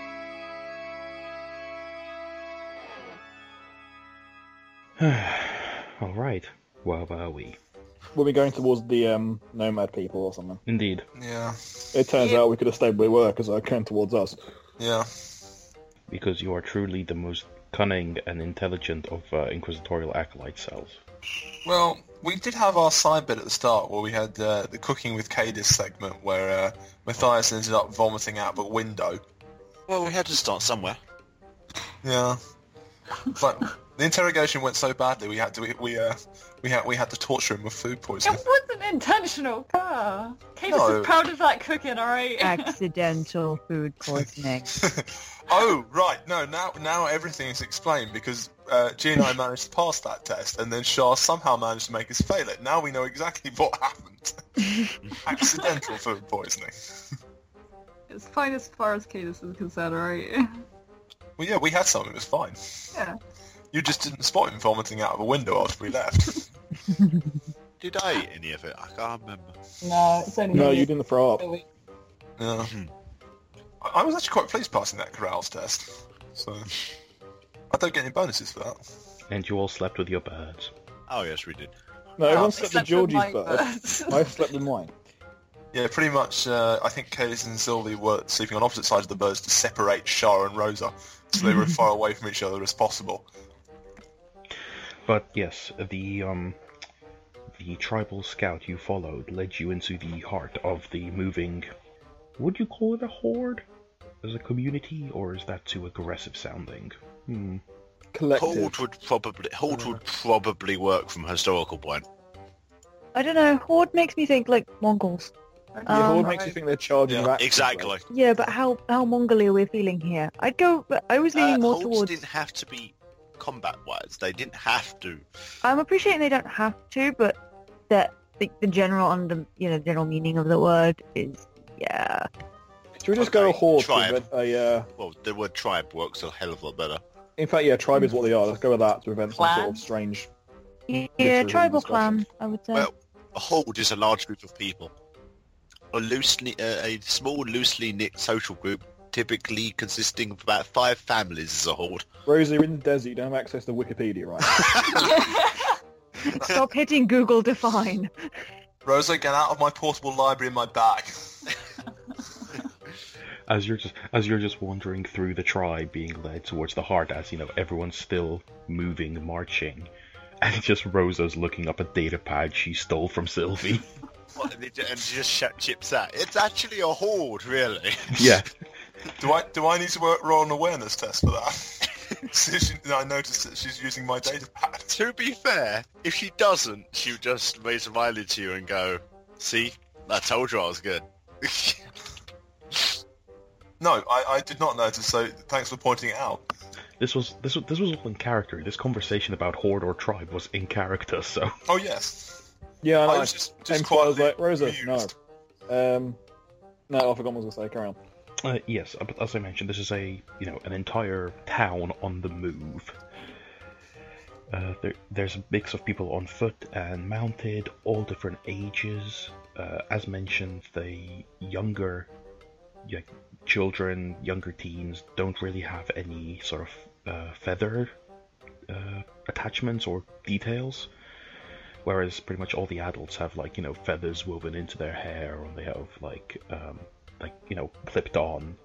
All right. Where were we? Were we going towards the um, nomad people or something? Indeed. Yeah, It turns Yeah. out we could have stayed where we were because it came towards us. yeah. Because you are truly the most cunning and intelligent of uh, inquisitorial acolyte cells. Well, we did have our side bit at the start where we had uh, the cooking with Cadis segment where uh, Matthias ended up vomiting out of a window. Well, we had to start somewhere. Yeah, it's like the interrogation went so badly we had to we we, uh, we had we had to torture him with food poisoning. It wasn't intentional. Gah. Cadis No. is proud of that cooking, alright? Accidental food poisoning. oh right, no now now everything is explained because uh, G and I managed to pass that test, and then Shah somehow managed to make us fail it. Now we know exactly what happened. Accidental food poisoning. it's fine as far as Cadis is concerned, alright? Well, yeah, we had some. It was fine. Yeah. You just didn't spot him vomiting out of a window after we left. Did I eat any of it? I can't remember. No, it's only No, you didn't throw up. yeah. I I was actually quite pleased passing that corrals test. So I don't get any bonuses for that. And you all slept with your birds. Oh yes, we did. No, everyone slept with Georgie's uh, bird. I slept with mine. Yeah, pretty much. Uh, I think Curtis and Sylvie were sleeping on opposite sides of the birds to separate Shara and Rosa, so they were as far away from each other as possible. But yes, the um, the tribal scout you followed led you into the heart of the moving. Would you call it a horde? As a community, or is that too aggressive sounding? Hmm. Collective. Holt would probably Holt would probably work from a historical point. I don't know. Horde makes me think like Mongols. Yeah, Um, Horde makes you think they're charging Yeah, rats. Exactly. Yeah, but how how Mongolian are we feeling here? I'd go. I was leaning Uh, more Holts towards. didn't have to be combat wise. They didn't have to. I'm appreciating they don't have to, but that the, the general under you know general meaning of the word is yeah. Should we just go Okay, horde? tribe. To prevent a, uh, Well, the word tribe works a hell of a lot better. in fact, yeah, tribe is what they are. Let's go with that to prevent some sort Clan. of strange. Yeah, Literally tribal disgusting. clan. I would say. Well, a hold is a large group of people. A loosely, uh, a small, loosely knit social group, typically consisting of about five families, is a hold. Rosie, you're in the desert. You don't have access to Wikipedia, right? Stop hitting Google define. Rosa, get out of my portable library in my bag. As you're just as you're just wandering through the tribe, being led towards the heart, as you know everyone's still moving, marching, and just Rosa's looking up a data pad she stole from Sylvie. What, and they ju- and they just shout chips out. It's actually a horde, really. yeah, Do I do I need to work, roll an awareness test for that? See if she- I noticed that she's using my data pad. to be fair, if she doesn't, she'll just raise a smiley to you and go, "See, I told you I was good." No, I, I did not notice. So thanks for pointing it out. this was this was this was all in character. This conversation about horde or tribe was in character, so Oh yes, yeah, Oh, I know. I was just just and so I was quietly like, Rosa, amused. no. Um, no, I forgot what I was going to say. Carry on. Uh, yes, but as I mentioned, this is a you know an entire town on the move. Uh, there, there's a mix of people on foot and mounted, all different ages. Uh, as mentioned, the younger yeah, children, younger teens, don't really have any sort of uh, feather uh, attachments or details. Whereas pretty much all the adults have like you know feathers woven into their hair, or they have like um, like you know clipped on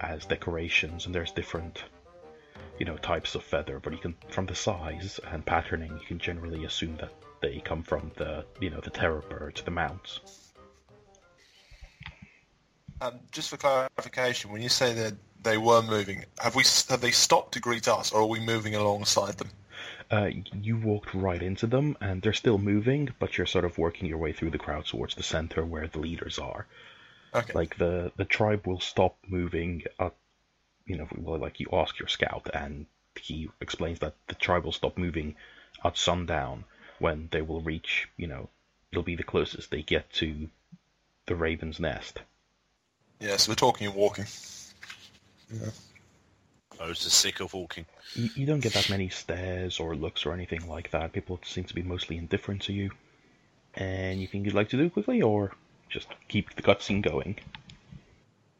as decorations and there's different you know types of feather but you can from the size and patterning you can generally assume that they come from the you know the terror birds the mounts Um, just for clarification, when you say that they were moving, have we have they stopped to greet us, or are we moving alongside them? uh, you walked right into them and they're still moving but you're sort of working your way through the crowd towards the center where the leaders are Okay. like the the tribe will stop moving up you know well, like you ask your scout and he explains that the tribe will stop moving at sundown when they will reach you know it'll be the closest they get to the raven's nest yeah, so we're talking and walking. I was just sick of walking. you, you don't get that many stares or looks or anything like that people seem to be mostly indifferent to you anything you'd like to do quickly or just keep the cutscene going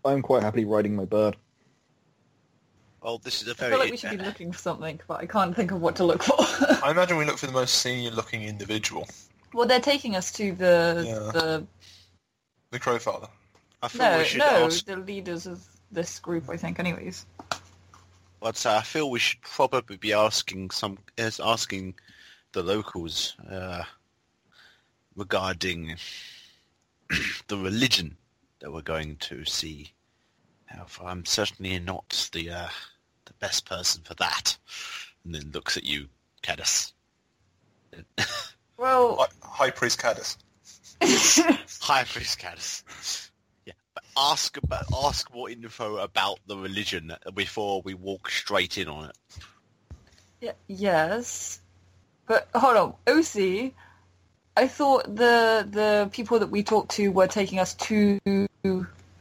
I'm quite happily riding my bird. Oh, this is a I very. feel like we should be looking for something, but I can't think of what to look for. I imagine we look for the most senior looking individual, well, they're taking us to the Yeah. the the Crowfather. I feel no we should no ask. the leaders of this group. I think, anyways. I'd say uh, I feel we should probably be asking some, is asking the locals uh, regarding the religion that we're going to see. Now, if I'm certainly not the uh, the best person for that. And then looks at you, Cadus. Well, Hi- High Priest Cadus. Hi, Priest Cadus. Yeah, but ask about ask more info about the religion before we walk straight in on it. y- yes, but hold on, OC. I thought the the people that we talked to were taking us to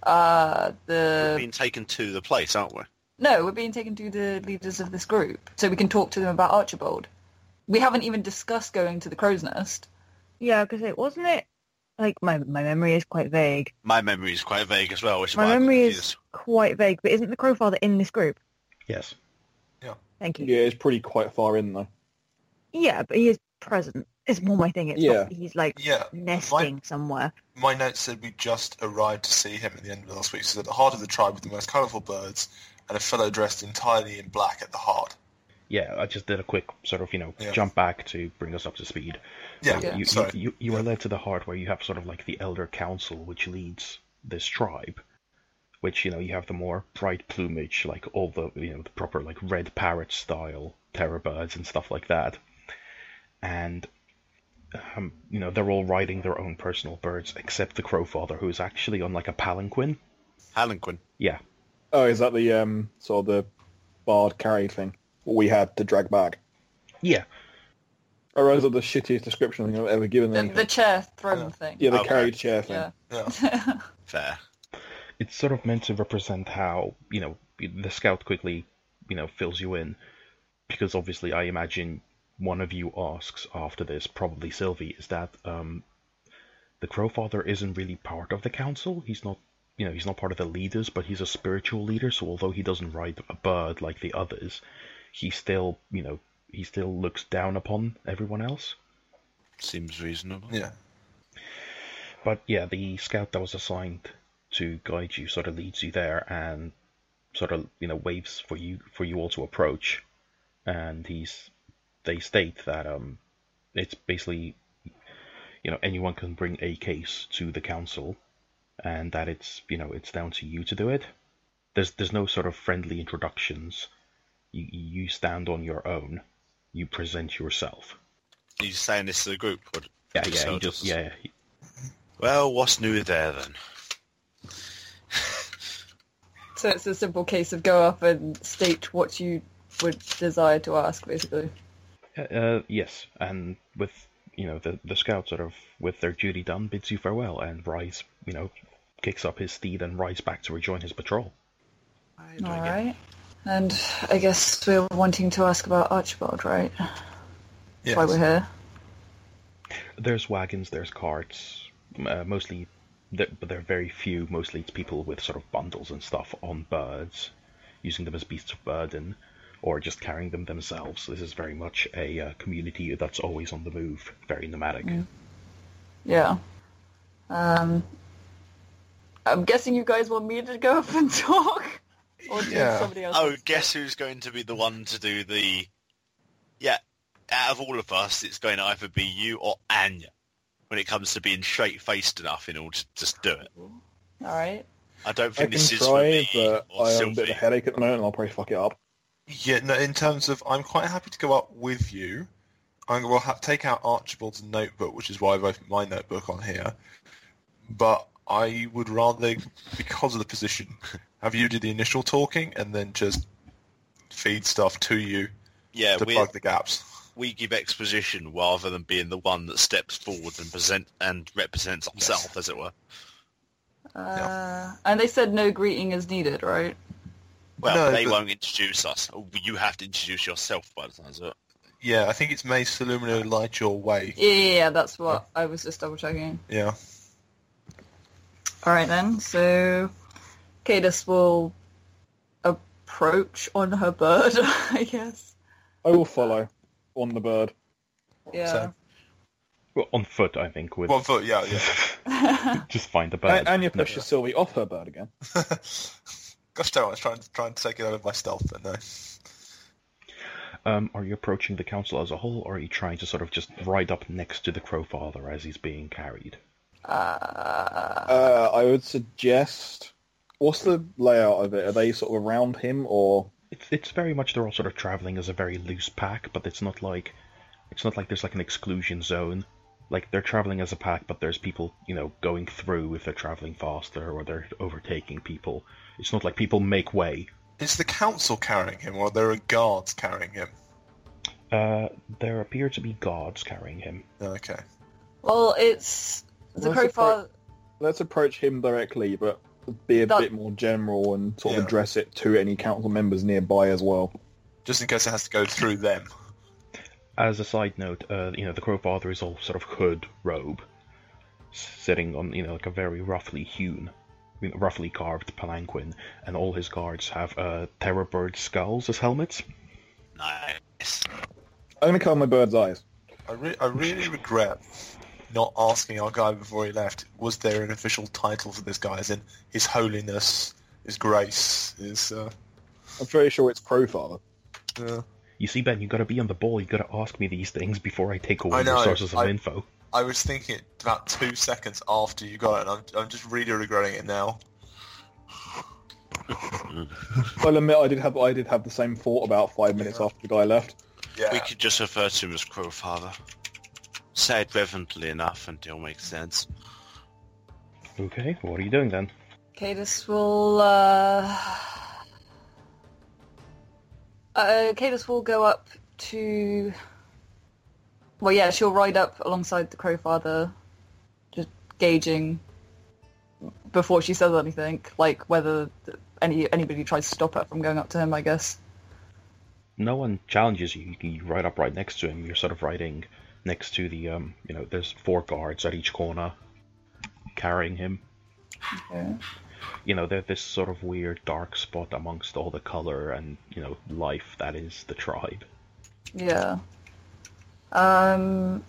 uh We've the been taken to the place, aren't we? No, we're being taken to the leaders of this group, so we can talk to them about Archibald. We haven't even discussed going to the crow's nest. Yeah, because it wasn't it. Like my my memory is quite vague. My memory is quite vague as well, which is My why I'm memory confused. is quite vague, but isn't the Crowfather in this group? Yes. Thank you. Yeah, it's pretty quite far in though. Yeah, but he is present. It's more my thing. It's Yeah. not, he's like Yeah, nesting somewhere. my notes said we just arrived to see him at the end of last week. So at the heart of the tribe with the most colourful birds, and a fellow dressed entirely in black at the heart. Yeah, I just did a quick sort of, you know, Yeah. jump back to bring us up to speed. Yeah, Yeah. You, you, sorry. you, you are led to the heart where you have sort of like the Elder Council, which leads this tribe. Which, you know, you have the more bright plumage, like all the, you know, the proper like red parrot style terror birds and stuff like that. And, um, you know, they're all riding their own personal birds, except the Crowfather, who is actually on like a palanquin. Palanquin. Yeah, Oh, is that the um sort of the barred carry thing what we had to drag back? yeah, I realize that the shittiest description I've ever given. The, anything. the chair throne Yeah. thing. yeah, the Okay. carried chair thing. Yeah. Yeah. Fair. it's sort of meant to represent how you know the scout quickly you know fills you in because obviously I imagine one of you asks after this probably Sylvie is that um the Crowfather isn't really part of the council he's not you know he's not part of the leaders but he's a spiritual leader so although he doesn't ride a bird like the others he still you know he still looks down upon everyone else Seems reasonable. Yeah. But yeah, the scout that was assigned to guide you sort of leads you there and sort of you know waves for you for you all to approach, and he's they state that um it's basically you know anyone can bring a case to the council, and that it's you know it's down to you to do it. There's there's no sort of friendly introductions. You you stand on your own. You present yourself. He's saying this to the group. Would, Yeah, yeah, so you just does- yeah, yeah, Well, what's new there then? So it's a simple case of go up and state what you would desire to ask, basically. Uh, yes, and with you know the the scout sort of with their duty done bids you farewell, and rides you know kicks up his steed and rides back to rejoin his patrol. All right. And I guess we're wanting to ask about Archibald, right? That's Yes. why we're here. There's wagons, there's carts, uh, mostly, there- but there are very few. Mostly it's people with sort of bundles and stuff on birds, using them as beasts of burden, or just carrying them themselves. This is very much a uh, community that's always on the move, very nomadic. Yeah. Um, I'm guessing you guys want me to go up and talk, or do Yeah. somebody else? Oh, guess who's going to be the one to do the? Yeah, out of all of us, it's going to either be you or Anya. When it comes to being straight-faced enough in order to just do it, All right. I don't I can think this is for try, me but or I have a bit of a Sylvie. headache at the moment, and I'll probably fuck it up. Yeah, no, in terms of, I'm quite happy to go up with you. I will ha- take out Archibald's notebook, which is why I've opened my notebook on here. But I would rather, because of the position, have you do the initial talking and then just feed stuff to you Yeah, to we plug the gaps. we give exposition rather than being the one that steps forward and present and represents himself, as it were. Uh, and they said no greeting is needed, right? Well, No, they but- won't introduce us. Oh, You have to introduce yourself by the time of it. Yeah, I think it's May Solumino light your way. Yeah, yeah, yeah, that's what I was just double checking. Yeah. All right then. So, Cadus will approach on her bird, I guess. I will follow on the bird. Yeah. So- Well, on foot, I think. With One foot, yeah, yeah. just find a bird. And, and you No. push Sylvie off her bird again. Gosh darn, I was trying to try and take it over by stealth, but no. Um, are you approaching the council as a whole, or are you trying to sort of just ride up next to the Crowfather as he's being carried? uh, Uh, I would suggest. What's the layout of it? Are they sort of around him, or It's it's very much they're all sort of traveling as a very loose pack, but it's not like it's not like there's like an exclusion zone. Like they're traveling as a pack, but there's people you know going through if they're traveling faster or they're overtaking people. It's not like people make way. Is the council carrying him, or there are guards carrying him? Uh, there appear to be guards carrying him. Okay. well, it's the Where's the Crowfather. let's approach him directly, but be a That- bit more general and sort Yeah. of address it to any council members nearby as well. Just in case it has to go through them. As a side note, uh, you know the Crowfather is all sort of hood robe, sitting on you know like a very roughly hewn, I mean, roughly carved palanquin, and all his guards have uh, terror bird skulls as helmets. Nice. I'm gonna cover my bird's eyes. I, re- I really regret not asking our guy before he left, was there an official title for this guy, as in His Holiness, His Grace, His... Uh, I'm pretty sure it's Crowfather. uh, You see, Ben, you gotta be on the ball. You gotta ask me these things before I take away I know, your sources of I- info. I was thinking it about two seconds after you got it, and I'm, I'm just really regretting it now. I'll admit I did have I did have the same thought about five minutes after the guy left. Yeah. We could just refer to him as Crowfather. Say it reverently enough and it'll make sense. Okay, what are you doing then? Cadus will. Uh... Uh, Cadus will go up to. Well, yeah, she'll ride up alongside the Crowfather, just gauging before she says anything, like whether th- any anybody tries to stop her from going up to him. I guess. No one challenges you. You can ride up right next to him. You're sort of riding next to the, um, you know, there's four guards at each corner carrying him. Yeah. You know, they're this sort of weird dark spot amongst all the color and, you know, life that is the tribe. Yeah. Um.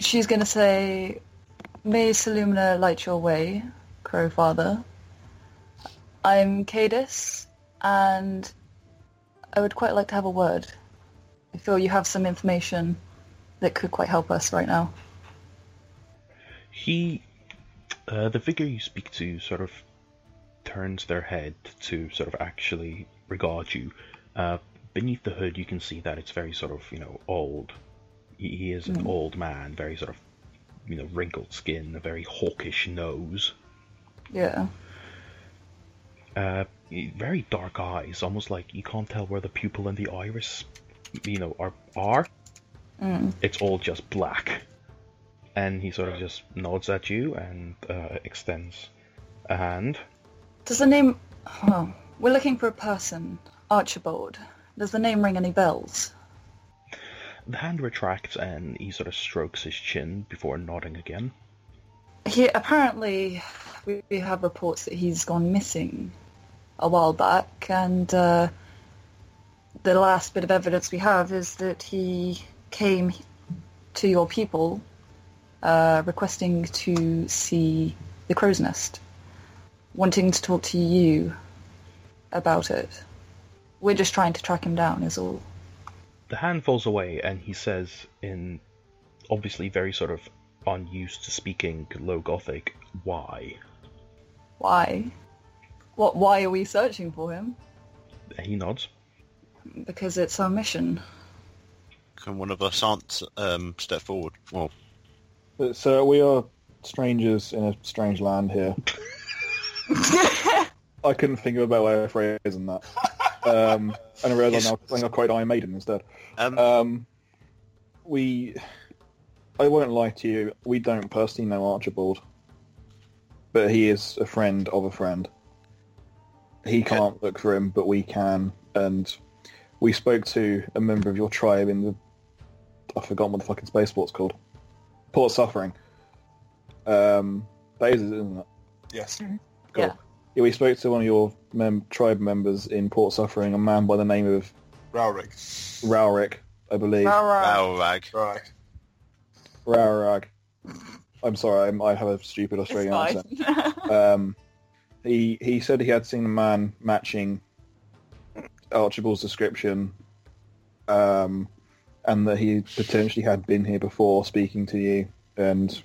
She's gonna say, "May Salumna light your way, Crowfather. I'm Cadus, and I would quite like to have a word. I feel you have some information that could quite help us right now." He, uh, the figure you speak to, sort of turns their head to sort of actually regard you. Uh, beneath the hood, you can see that it's very sort of you know old. He, he is an old man, very sort of you know wrinkled skin, a very hawkish nose, Yeah. uh, y- very dark eyes, almost like you can't tell where the pupil and the iris, you know, are are. Mm. It's all just black. And he sort of just nods at you and uh, extends a hand. Does the name? Oh, we're looking for a person, Archibald. Does the name ring any bells? The hand retracts and he sort of strokes his chin before nodding again. He apparently we we have reports that he's gone missing a while back, and uh, the last bit of evidence we have is that he came to your people uh, requesting to see the crow's nest, wanting to talk to you about it. We're just trying to track him down, is all. The hand falls away and he says, in obviously very sort of unused to speaking low gothic, why? Why? What? Why are we searching for him? He nods. Because it's our mission. Can one of us answer, um, step forward? Well, But, so we are strangers in a strange land here. I couldn't think of a better way of phrasing that. Um, and I realised I'm now- I think I quote Iron Maiden instead. um, Um, we, I won't lie to you. We don't personally know Archibald, but he is a friend of a friend. He can't look for him, but we can. And we spoke to a member of your tribe in the, I forgot what the fucking spaceport's called, Port Suffering. Um, that is, it, isn't it? Yes. Cool. Yeah. Yeah, we spoke to one of your mem- tribe members in Port Suffering, a man by the name of Raurik. Rauric, I believe. Alright. Balrog. Right. Raurag. I'm sorry, I'm, I have a stupid It's Australian accent. fine. Um, he he said he had seen a man matching Archibald's description, um, and that he potentially had been here before speaking to you. And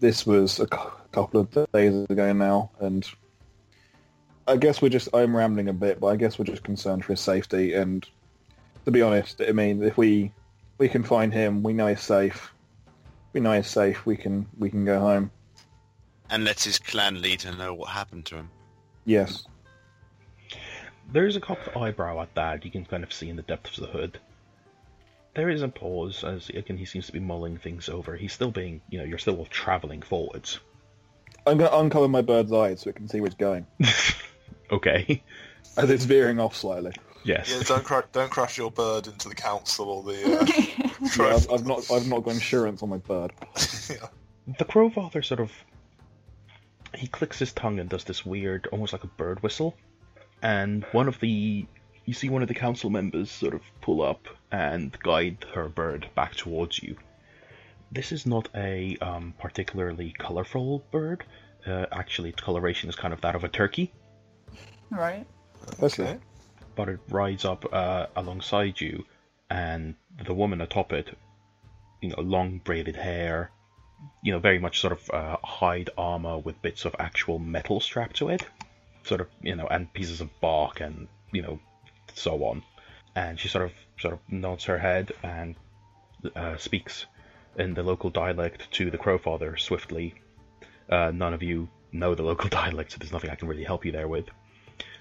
this was a cou- couple of days ago now. And I guess we're just I'm rambling a bit, but I guess we're just concerned for his safety. And to be honest, I mean, if we we can find him, we know he's safe. We know he's safe. We can we can go home. And let his clan leader know what happened to him. Yes. There is a cocked eyebrow at that you can kind of see in the depths of the hood. There is a pause as again he seems to be mulling things over. He's still being, you know, you're still traveling forwards. I'm going to uncover my bird's eye so it can see where it's going. Okay. As it's veering off slightly. Yes. Yeah, don't cra- don't crash your bird into the council or the. Uh, Yeah, I've, I've not I've not got insurance on my bird. yeah. The Crowfather sort of he clicks his tongue and does this weird, almost like a bird whistle. And one of the you see one of the council members sort of pull up and guide her bird back towards you. This is not a um, particularly colorful bird. Uh, actually, its coloration is kind of that of a turkey, right. That's Okay. it. but it rides up uh, alongside you, and the woman atop it, you know, long braided hair, you know, very much sort of uh, hide armor with bits of actual metal strapped to it, sort of, you know, and pieces of bark and, you know, so on. And she sort of sort of nods her head and uh, speaks in the local dialect to the Crowfather swiftly. Uh, none of you know the local dialect, so there's nothing I can really help you there with.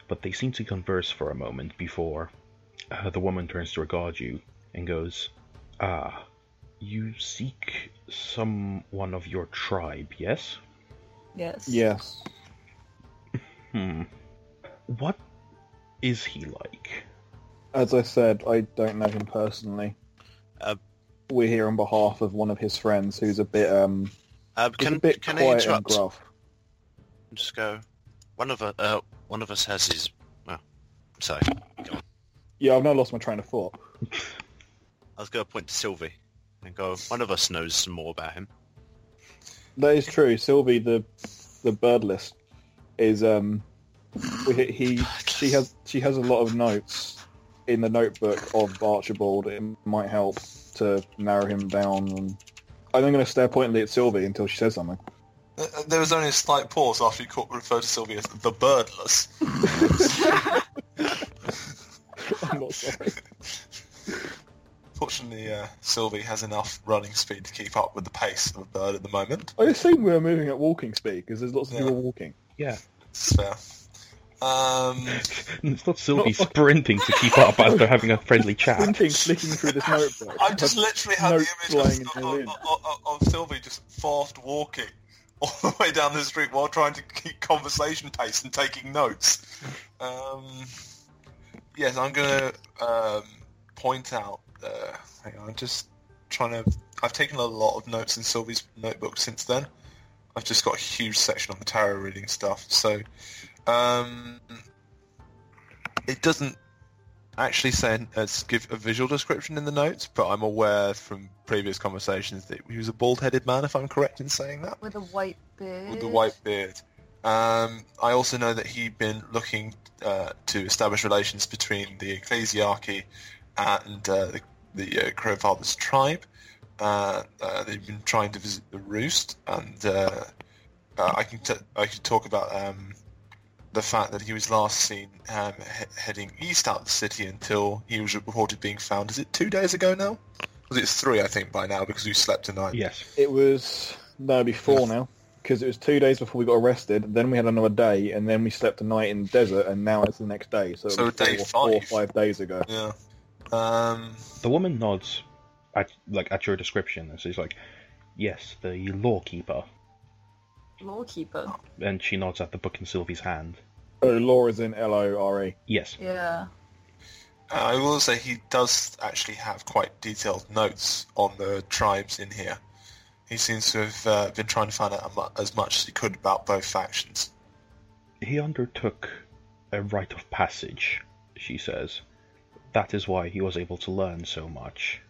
But they seem to converse for a moment before uh, the woman turns to regard you and goes, Ah, you seek someone of your tribe, yes? Yes. Yes. Hmm. What is he like? As I said, I don't know him personally. Uh, We're here on behalf of one of his friends who's a bit um Uh, he's can a bit can I quiet and interrupt? gruff. Just go. One of us. Uh, one of us has his. Well, sorry. Yeah, I've now lost my train of thought. I was going to point to Sylvie and go. One of us knows some more about him. That is true. Sylvie, the the bird list, is um, he, he she has she has a lot of notes in the notebook of Archibald. It might help to narrow him down. And I'm going to stare pointedly at Sylvie until she says something. Uh, There was only a slight pause after you caught, referred to Sylvia as the birdless. I'm not sorry. Fortunately, uh, Sylvie has enough running speed to keep up with the pace of a bird at the moment. I assume we were moving at walking speed because there's lots of Yeah. people walking. Yeah. It's fair. Um, It's not Sylvie sprinting to keep up as they're having a friendly chat. Thinking, flicking through this notebook. I just literally had notes the flying image into of, the of, wind. of, of, of Sylvie just fast walking all the way down the street while trying to keep conversation pace and taking notes. Um, yes, I'm going to um, point out. Uh, hang on, I'm just trying to. I've taken a lot of notes in Sylvie's notebook since then. I've just got a huge section on the tarot reading stuff, so um, it doesn't actually saying uh, give a visual description in the notes, but I'm aware from previous conversations that he was a bald-headed man, if I'm correct in saying that, With a white beard. with the white beard. Um, I also know that he'd been looking uh, to establish relations between the ecclesiarchy and uh, the, the uh, Crowfather's tribe. Uh, uh, they've been trying to visit the roost, and uh, uh, I can t- I can talk about um, the fact that he was last seen um, he- heading east out of the city until he was reported being found. Is it two days ago now? Was it three? I think by now because we slept tonight. Yes. It was no before now because it was two days before we got arrested. Then we had another day, and then we slept a night in the desert, and now it's the next day. So, it So was day four, four or five. five days ago. Yeah. Um, The woman nods at like at your description and she's like, Yes, the law keeper. Lawkeeper. And she nods at the book in Sylvie's hand. Oh, Laura's in L O R E. Yes. Yeah. I will say he does actually have quite detailed notes on the tribes in here. He seems to have uh, been trying to find out a mu- as much as he could about both factions. he undertook a rite of passage, she says. That is why he was able to learn so much.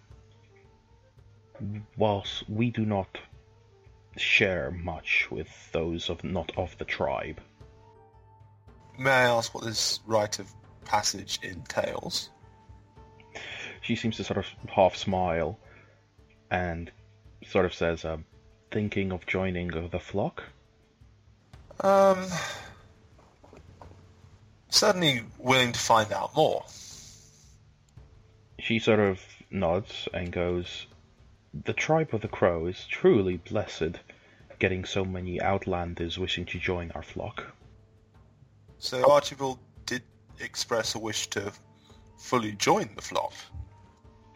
Whilst we do not share much with those of not of the tribe, May I ask what this rite of passage entails? she seems to sort of half smile and sort of says, um, thinking of joining the flock? Um, certainly willing to find out more. She sort of nods and goes, The tribe of the crow is truly blessed, getting so many outlanders wishing to join our flock. So Archibald did express a wish to fully join the flock.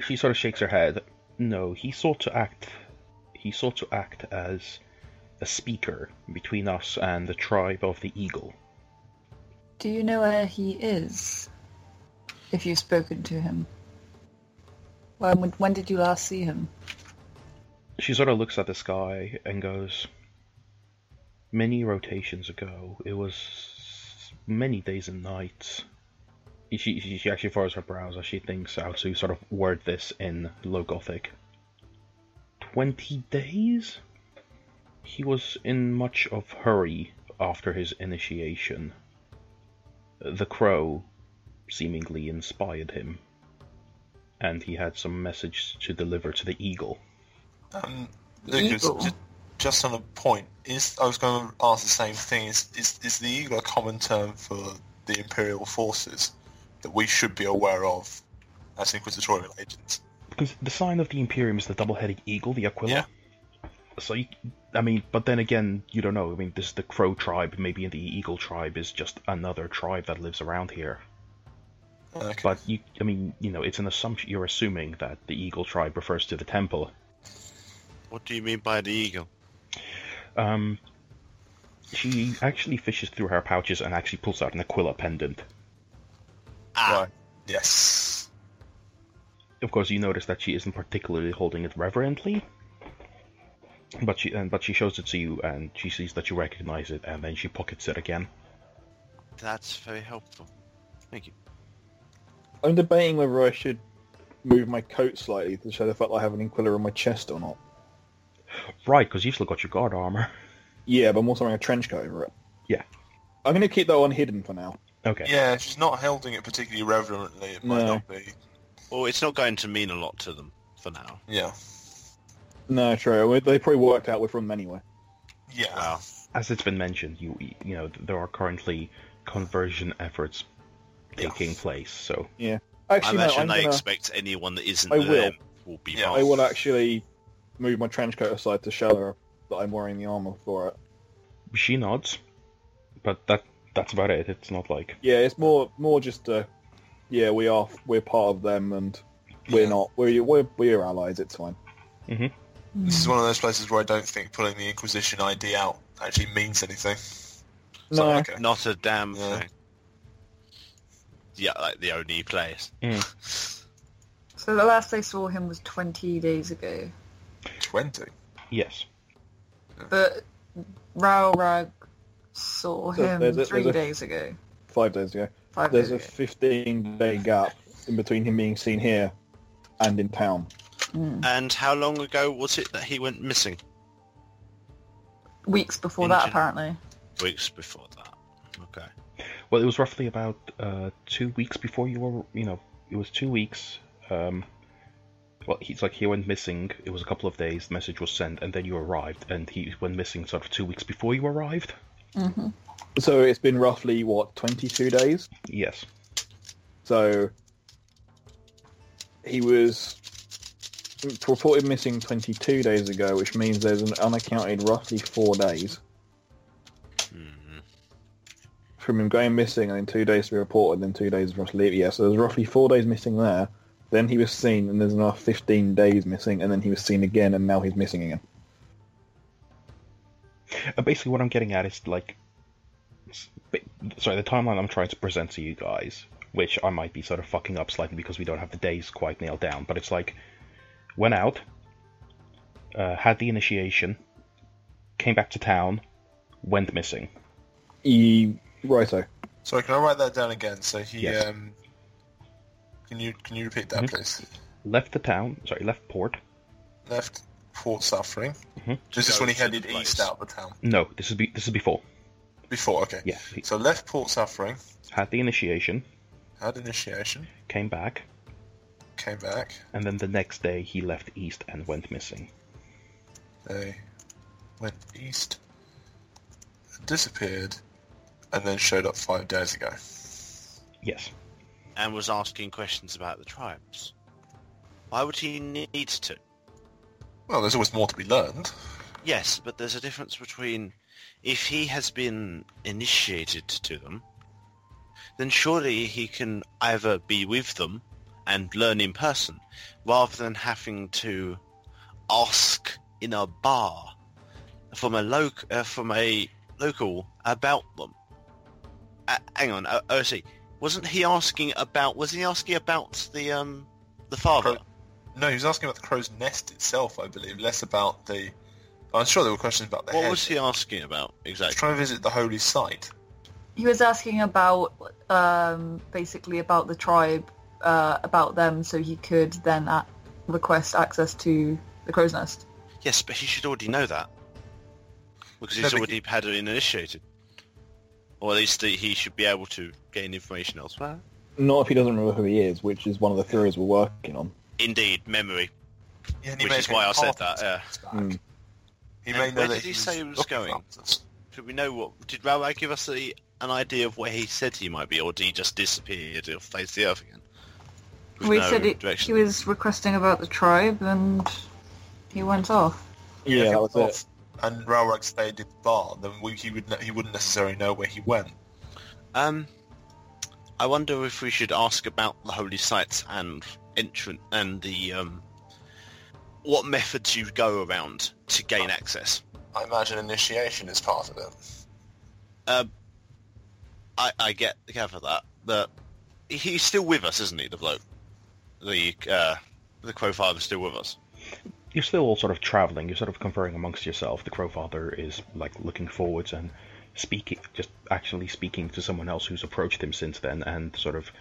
She sort of shakes her head. No, he sought to act. He sought to act as a speaker between us and the tribe of the eagle. Do you know where he is? If you've spoken to him. When, would- when did you last see him? She sort of looks at the sky and goes, Many rotations ago, it was many days and nights. She, she, she actually furrows her brows as she thinks how to sort of word this in Low Gothic. Twenty days? He was in much of hurry after his initiation. The crow seemingly inspired him, and he had some message to deliver to the eagle. Um, Lucas, Eagle? ju- just on a point, is I was going to ask the same thing. Is, is is the eagle a common term for the imperial forces that we should be aware of as inquisitorial agents? Because the sign of the Imperium is the double-headed eagle, the Aquila. Yeah. So, you, I mean, but then again, you don't know. I mean, this is the Crow tribe. Maybe the Eagle tribe is just another tribe that lives around here. Okay. But you, I mean, you know, it's an assumption. You're assuming that the Eagle tribe refers to the temple. What do you mean by the eagle? Um, she actually fishes through her pouches and actually pulls out an Aquila pendant. Ah, Right. Ah. Yes. Of course, you notice that she isn't particularly holding it reverently. But she and but she shows it to you, and she sees that you recognize it, and then she pockets it again. that's very helpful. Thank you. I'm debating whether I should move my coat slightly to show the fact that I have an Inquilla on my chest or not. Right, because you've still got your guard armor. Yeah, but I'm also wearing a trench coat over it. Yeah. I'm going to keep that one hidden for now. Okay. Yeah, if she's not holding it particularly reverently, it might No. not be. Well, it's not going to mean a lot to them for now. Yeah. No, true. Well, They probably worked out we're from them anyway. Yeah. Well, As it's been mentioned, you you know there are currently conversion efforts taking place. So Actually, I no, imagine I'm they gonna, expect anyone that isn't I will. them will be Yeah. I part. will actually move my trench coat aside to show her that I'm wearing the armor for it. she nods, but that that's about it. It's not like Yeah, it's more more just a yeah we are we're part of them and we're Yeah. not we're we're, we're allies. It's fine. This is one of those places where I don't think pulling the Inquisition ID out actually means anything. No, So, okay. Not a damn Yeah. thing. Yeah, like the only place. So the last I saw him was 20 days ago. 20. yes, But Rao Rag saw So him there's a- three there's a- days ago. five days ago. Five There's days a ago. 15 day gap in between him being seen here and in town. Mm. And how long ago was it that he went missing? Weeks before that, Engine. apparently. Weeks before that. Okay. well, it was roughly about uh, two weeks before you were you know it was two weeks. Um, well, he's like he went missing. It was a couple of days. The message was sent, and then you arrived, and he went missing sort of two weeks before you arrived. Mm-hmm. So it's been roughly what 22 days. Yes, So he was reported missing 22 days ago, which means there's an unaccounted roughly four days Hmm. from him going missing and then two days to be reported, then two days for us to leave. Yeah, so there's roughly four days missing there. Then he was seen, and there's another 15 days missing, and then he was seen again, and now he's missing again. Uh, basically, what I'm getting at is like, s- ba- sorry, the timeline I'm trying to present to you guys, which I might be sort of fucking up slightly because we don't have the days quite nailed down, but it's like, went out, uh, had the initiation, came back to town, went missing. He, Righto. Sorry, can I write that down again? So he. Yes. Um, can you can you repeat that, Mhm. please? Left the town, sorry, left port. Left Port Suffering. Mhm. This is Go when he to the headed place. east out of the town. No, this is be, this is before. Before, okay. Yeah, he So left Port Suffering, had the initiation, had initiation, came back, came back. and then the next day he left east and went missing. They went east, disappeared, and then showed up five days ago. Yes, and was asking questions about the tribes. Why would he need to? Well, there's always more to be learned. Yes, but there's a difference between if he has been initiated to them, then surely he can either be with them and learn in person rather than having to ask in a bar from a loc- uh, from a local about them. Uh, hang on, uh, oh, see, wasn't he asking about? Was he asking about the um the father? Cro- No, he was asking about the crow's nest itself, I believe, less about the. I'm sure there were questions about the What head. was he asking about He's exactly? trying to visit the holy site. He was asking about, um, basically about the tribe, uh, about them, so he could then a- request access to the crow's nest. Yes, but he should already know that. Because No, he's but already had it initiated. Or at least he- he should be able to gain information elsewhere. Not if he doesn't remember who he is, which is one of the theories we're working on. Indeed, memory. Yeah, Which is why I said that, yeah. Mm. He And may know where that did he was say he was looking going? for us. Should we know what... Did Railway give us a, an idea of where he said he might be, or did he just disappear or face the earth again? With we no said it, he direction. was requesting about the tribe, and he went off. Yeah, if that he was it. off And Railrag stayed at the bar, then we, he would ne- he wouldn't necessarily know where he went. Um, I wonder if we should ask about the holy sites and entrant and the um, what methods you go around to gain access. I imagine initiation is part of it. I, I get the cover that, but he's still with us, isn't he? The bloke, the uh, the crow father's still with us. you're still all sort of traveling. You're sort of conferring amongst yourself. The Crowfather is like looking forwards and speaking, just actually speaking to someone else who's approached him since then, and sort of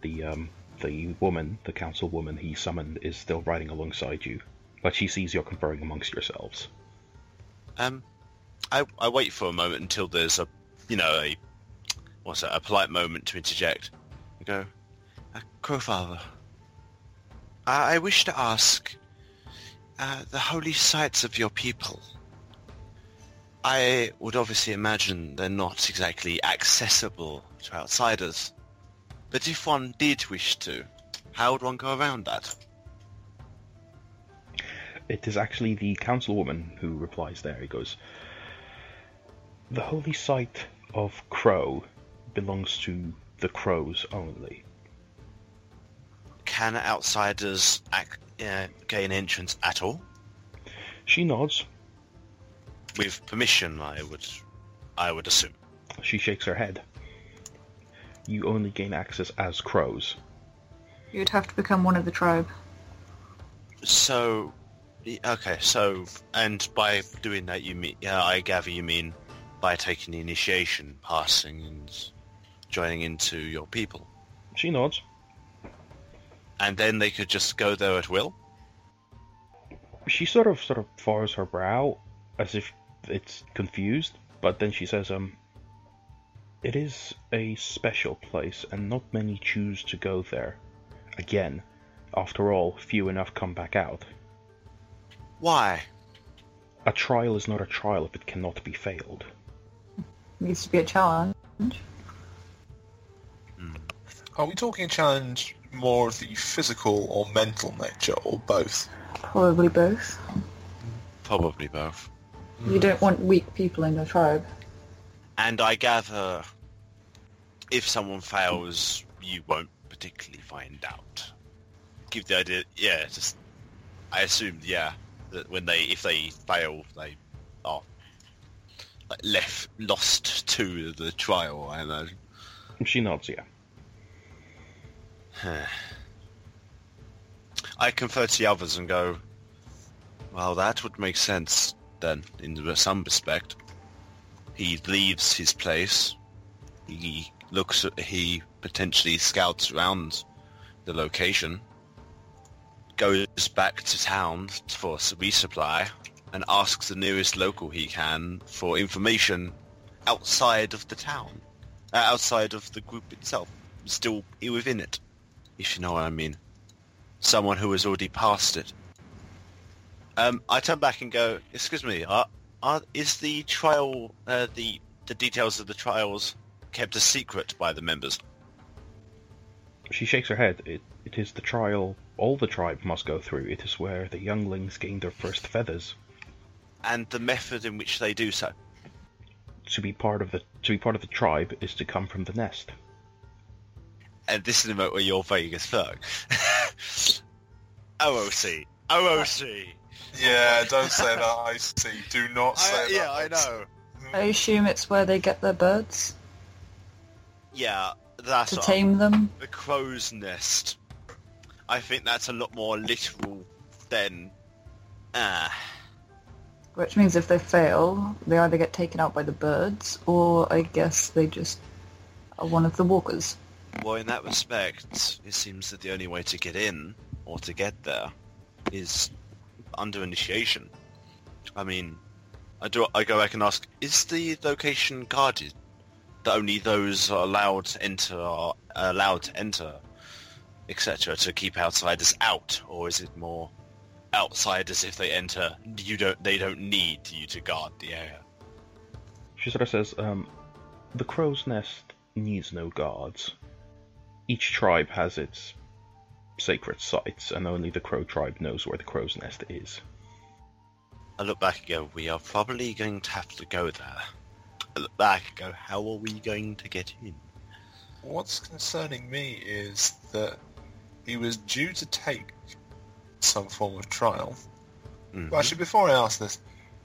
the um, the woman, the councilwoman he summoned, is still riding alongside you. But she sees you're conferring amongst yourselves. Um, I I wait for a moment until there's a you know a what's that a polite moment to interject. I go, uh, Crowfather. I, I wish to ask uh, the holy sites of your people. I would obviously imagine they're not exactly accessible to outsiders, but if one did wish to, how would one go around that? It is actually the councilwoman who replies there. He goes, The holy site of Crow belongs to the Crows only. Can outsiders ac- uh, gain entrance at all? She nods, with permission, I would, I would assume. She shakes her head. You only gain access as crows. You would have to become one of the tribe. So, y- okay, so, and by doing that, you mean, yeah, I gather you mean by taking the initiation, passing, and joining into your people, She nods. and then they could just go there at will. She sort of sort of furrows her brow as if it's confused, but then she says, um It is a special place and not many choose to go there. Again, after all, few enough come back out. Why? A trial is not a trial if it cannot be failed. It needs to be a challenge. Are we talking challenge more of the physical or mental nature, or both? Probably both. Probably both. You don't want weak people in your tribe. And I gather, if someone fails, you won't particularly find out. Give the idea, yeah. Just, I assumed, yeah, that when they, if they fail, they are like, left lost to the trial. I imagine. She nods, yeah. I confer to the others and go, well, that would make sense then, in some respect. He leaves his place, He looks at, he potentially scouts around the location, goes back to town for s- resupply, and asks the nearest local he can for information outside of the town, uh, outside of the group itself, still within it, if you know what I mean. Someone who has already passed it. Um, I turn back and go, excuse me, are, are, is the trial, uh, the, the details of the trials kept a secret by the members? She shakes her head. It, it is the trial all the tribe must go through. It is where the younglings gain their first feathers. and the method in which they do so. To be part of the to be part of the tribe is to come from the nest. And this is the moment where you're vague as fuck. OOC. OOC. Yeah, don't say that. I see. Do not say I, that. yeah, I know. I assume it's where they get their birds Yeah, that's to what I'm- tame them. the crow's nest. I think that's a lot more literal than... Ah, Which means if they fail, they either get taken out by the birds, or I guess they just are one of the walkers. well, in that respect, it seems that the only way to get in, or to get there, is under initiation. I mean, I do. I go back and ask: Is the location guarded? That only those are allowed to enter are allowed to enter, etc. To keep outsiders out, or is it more outsiders if they enter? You don't. They don't need you to guard the area. She sort of says, um, "The crow's nest needs no guards. Each tribe has its sacred sites, and only the crow tribe knows where the crow's nest is." I look back and go, we are probably going to have to go there. I look back and go, how are we going to get in? What's concerning me is that he was due to take some form of trial. Mhm. Well, actually, before I ask this,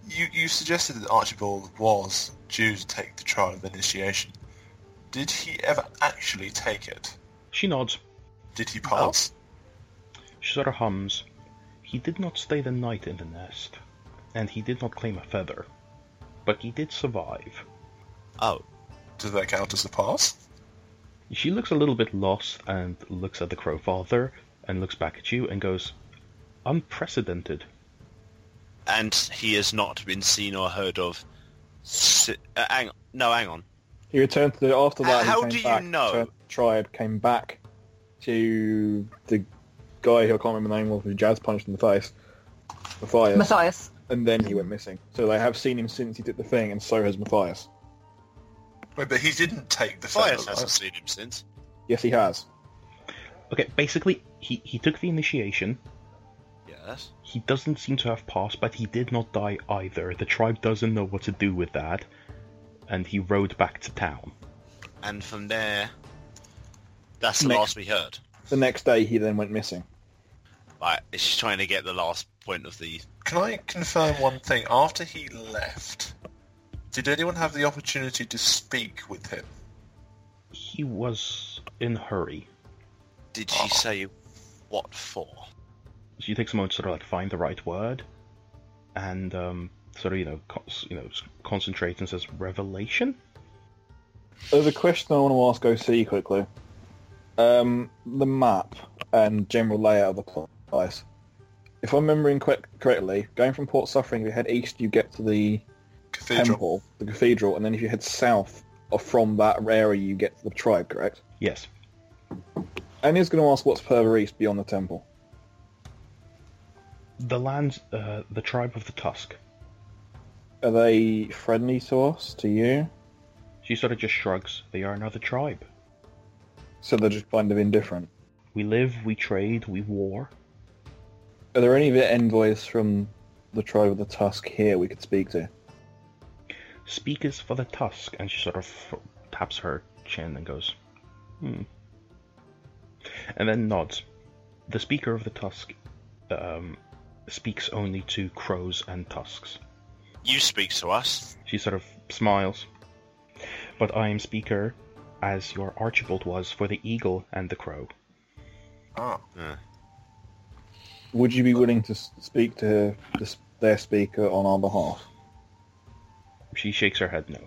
you, you suggested that Archibald was due to take the trial of initiation. Did he ever actually take it? She nods. Did he pass? She sort of hums. He did not stay the night in the nest, and he did not claim a feather, but he did survive. Oh, Does that count as a pass? She looks a little bit lost and looks at the crow father and looks back at you and goes, "Unprecedented." and he has not been seen or heard of. Si- uh, hang no, hang on. He returned to the after that. he How came do you back know? to the tribe came back to the guy who I can't remember the name of who Jazz punched in the face, Matthias, Matthias. and then he went missing. So they have seen him since he did the thing, and so has Matthias. Wait, but he didn't take the Fias photo, hasn't right? seen him since. Yes, he has. Okay, basically, he, he took the initiation. Yes. He doesn't seem to have passed, but he did not die either. The tribe doesn't know what to do with that, and he rode back to town. And from there, that's the Next. last we heard. The next day, he then went missing. Right, she's trying to get the last point of the. Can I confirm one thing? After he left, did anyone have the opportunity to speak with him? He was in a hurry. Did she say what for? So you take a moment to sort of like find the right word, and um, sort of you know co- you know s- concentrate and says revelation. There's a question I want to ask OC quickly. Um, the map and general layout of the place. If I'm remembering correct- correctly, going from Port Suffering, if you head east, you get to the Cathedral. temple, the cathedral, and then if you head south or from that area, you get to the tribe, correct? Yes, Anya's going to ask what's further east beyond the temple. the lands, uh, the tribe of the tusk. Are they friendly to us, to you? She sort of just shrugs. They are another tribe. So they're just kind of indifferent. We live, we trade, we war. Are there any of the envoys from the tribe of the Tusk here we could speak to? Speakers for the tusk, and she sort of f- taps her chin and goes, hmm. And then nods. The speaker of the tusk um, speaks only to crows and tusks. You speak to us. She sort of smiles. But I am speaker as your Archibald was for the eagle and the crow. Ah, Would you be willing to s- speak to this, their speaker on our behalf? She shakes her head no.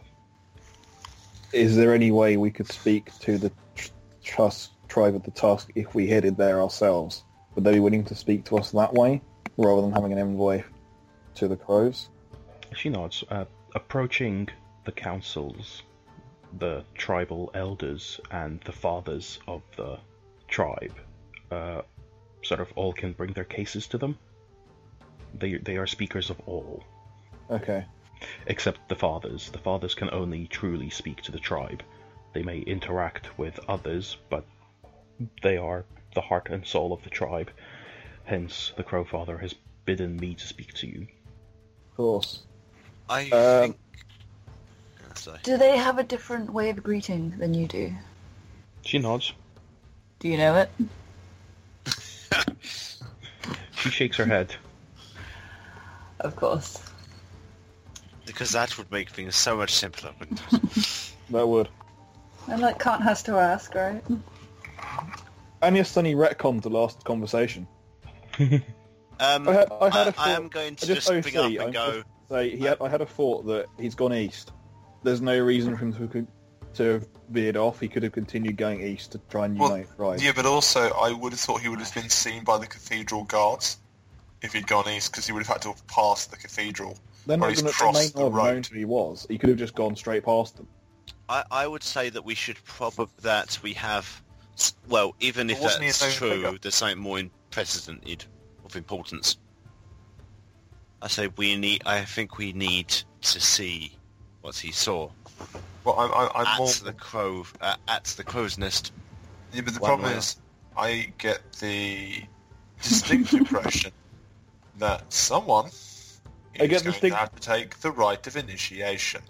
Is there any way we could speak to the tr- trust tribe of the Tusk if we headed there ourselves? Would they be willing to speak to us that way rather than having an envoy to the Crows? She nods, uh, approaching the councils, the tribal elders, and the fathers of the tribe. Uh, sort of all can bring their cases to them. They, they are speakers of all, Okay. except the fathers. The fathers can only truly speak to the tribe. They may interact with others, but they are the heart and soul of the tribe. Hence, the Crow Father has bidden me to speak to you. Of course. I Um, think. Yeah, sorry. Do they have a different way of greeting than you do? She nods. Do you know it? She shakes her head. Of course. Because that would make things so much simpler. But That would. And like, can't has to ask, right? Anya Sunny retconned the last conversation. um, I I, had, I had a thought. I am going to I just, just bring up OC, and I'm go. just- say he had, I had a thought that he's gone east. There's no reason for him to con- to have veered off. He could have continued going east to try and Well, unite right. Yeah, but also I would have thought he would have been seen by the cathedral guards if he'd gone east, because he would have had to have passed the cathedral. They're or not he's going to crossed make the known road. who he was. He could have just gone straight past them. I, I would say that we should probably that we have. Well, even if Well, wasn't he his that's own true, figure? there's something more unprecedented of importance. I say we need. I think we need to see what he saw Well, I'm, I'm, I'm at more. the crow uh, at the crow's nest. Yeah, but the one problem way. is, I get the distinct impression that someone I get is the going distinct- to have to take the rite of initiation.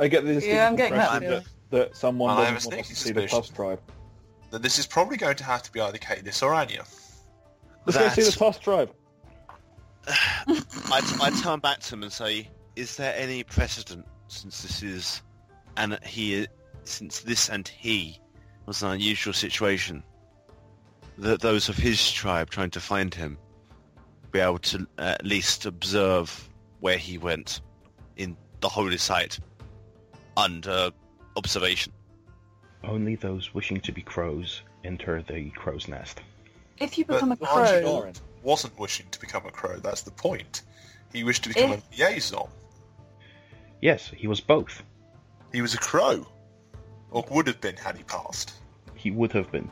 I get the distinct Yeah, I'm getting that impression feeling. that, that someone Well, I have doesn't a want us to see sneaking the suspicion. Tusk tribe. That this is probably going to have to be either Cadis or Anya. Let's That go see the Tusk tribe. I, I turn back to him and say, "Is there any precedent since this is, and he, since this and he was an unusual situation, that those of his tribe trying to find him be able to uh, at least observe where he went in the holy site under observation?" Only those wishing to be crows enter the crow's nest. If you But become a Lance crow, Doran wasn't wishing to become a crow. That's the point. He wished to become Eh? a liaison. Yes, he was both. He was a crow, or would have been had he passed. He would have been.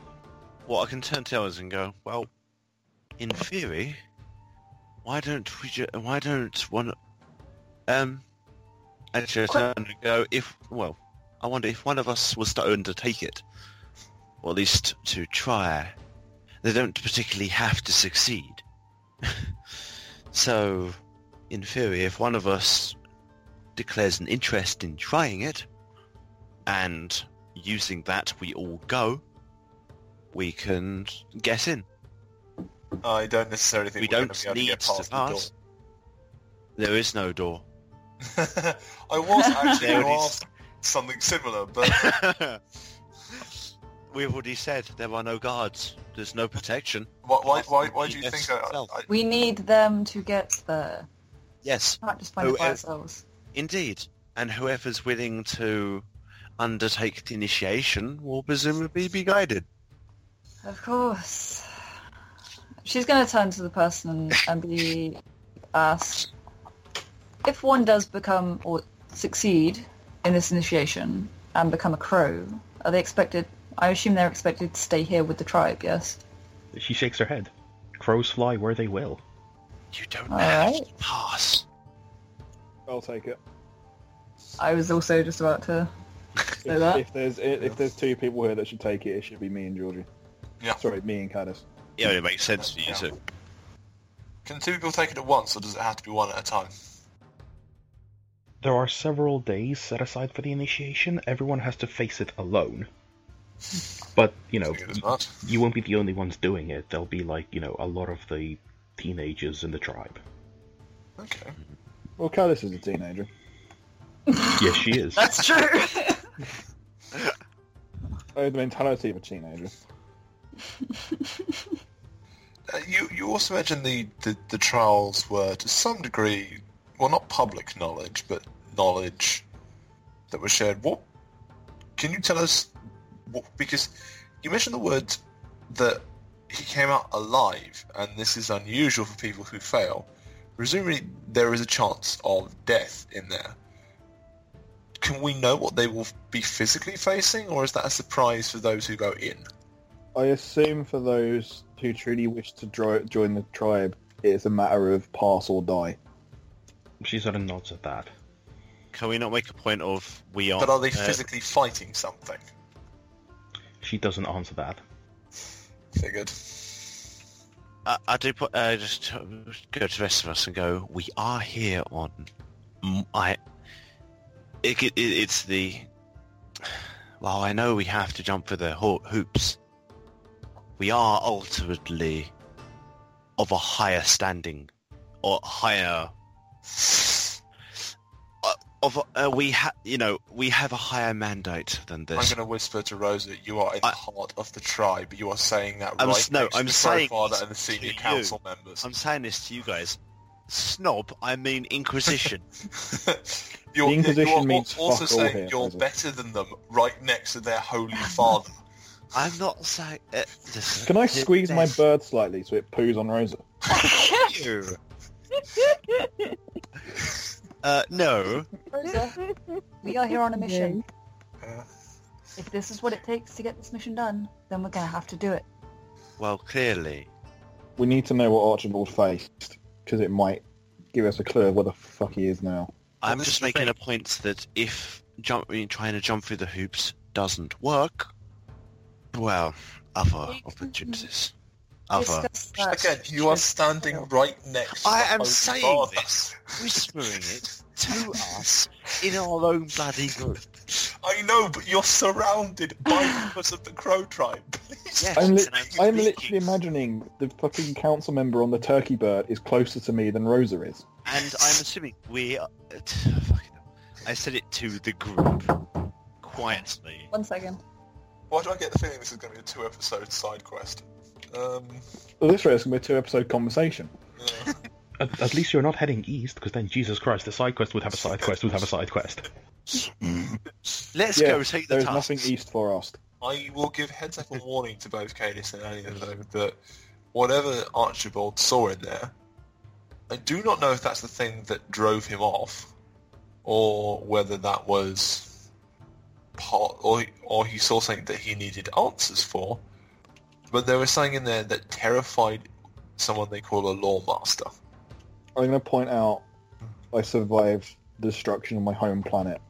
Well, I can turn to Ellers and go, well, in theory, why don't we ju- why don't one, um, actually I turn and go, if, well, I wonder if one of us was to undertake it, or at least to try, they don't particularly have to succeed. so, in theory, if one of us declares an interest in trying it, and using that we all go, we can get in. I don't necessarily think we we're don't gonna be need able to get past to pass. There is no door. the door. I was actually There going to it is. ask something similar, but We've already said there are no guards. There's no protection. why, why, why, why do you Yes, think I, self. I, we need them to get there. Yes, Can't just find it by Whoever- ourselves. indeed. And whoever's willing to undertake the initiation will presumably be guided. Of course. She's going to turn to the person and be asked if one does become or succeed in this initiation and become a crow. Are they expected? I assume they're expected to stay here with the tribe. Yes. She shakes her head. Crows fly where they will. You don't All have right. to pass. I'll take it. I was also just about to. If, Say that. if there's if there's two people here that should take it, it should be me and Georgie. Yeah. Sorry, me and Cadis. Yeah, it makes sense for you too. can two people take it at once, or does it have to be one at a time? There are several days set aside for the initiation. Everyone has to face it alone. But, you know, Figured as much. you won't be the only ones doing it. There'll be, like, you know, a lot of the teenagers in the tribe. Okay. Well, Cadis is a teenager. Yes, she is. That's true. I have the mentality of a teenager. Uh, you you also mentioned the, the, the trials were to some degree, well, not public knowledge, but knowledge that was shared. What Can you tell us, what, because you mentioned the word that he came out alive, and this is unusual for people who fail. Presumably, there is a chance of death in there. Can we know what they will be physically facing, or is that a surprise for those who go in? I assume for those who truly wish to dro- join the tribe, it's a matter of pass or die. She sort of nods at that. Can we not make a point of we are? But are they uh, physically fighting something? She doesn't answer that. Figured. I, I do put uh, just uh, go to the rest of us and go. We are here on. m- I. It, it, it's the. Well, I know we have to jump for the ho- hoops. We are ultimately of a higher standing, or higher. uh, Of uh, we ha- you know, we have a higher mandate than I'm this. going to whisper to Rosa, you are in the I- heart of the tribe. You are saying that I'm right s- no, next I'm to saying the Crowfather this and the senior to you. council members. I'm saying this to you guys. Snob, I mean Inquisition. you're, The Inquisition you're al- means also fuck all saying here, you're Rosa. better than them right next to their holy father. I'm not saying. Uh, this, Can I squeeze my this- bird slightly so it poos on Rosa? you? uh, no. Rosa, we are here on a mission. Uh, If this is what it takes to get this mission done, then we're going to have to do it. Well, clearly. We need to know what Archibald faced, because it might give us a clue of where the fuck he is now. I'm this is just the making thing. a point that if jump, I mean, trying to jump through the hoops doesn't work, well, other We can opportunities. Other. Discuss that. Again, you are standing right next. To I the am holy saying father. this, whispering it to us in our own bloody group. I know, but you're surrounded by members of the Crow tribe. Please. Yes, I'm, li- and I'm speaking- literally imagining the fucking council member on the turkey bird is closer to me than Rosa is. And I'm assuming we are... uh, fucking hell. I said it to the group. Quietly. One second. Why do I get the feeling this is going to be a two-episode side quest? Um, Well, this rate, it's going to be a two-episode conversation. yeah. At, at least you're not heading east, because then Jesus Christ, the side quest would have a side quest, would have a side quest. Let's Yeah, go take the There's task. nothing e- east for us. I will give heads up a warning to both Cadis and Annie though that whatever Archibald saw in there, I do not know if that's the thing that drove him off, or whether that was part, or or he saw something that he needed answers for. But there was something in there that terrified someone they call a lawmaster. I'm going to point out I survived the destruction of my home planet.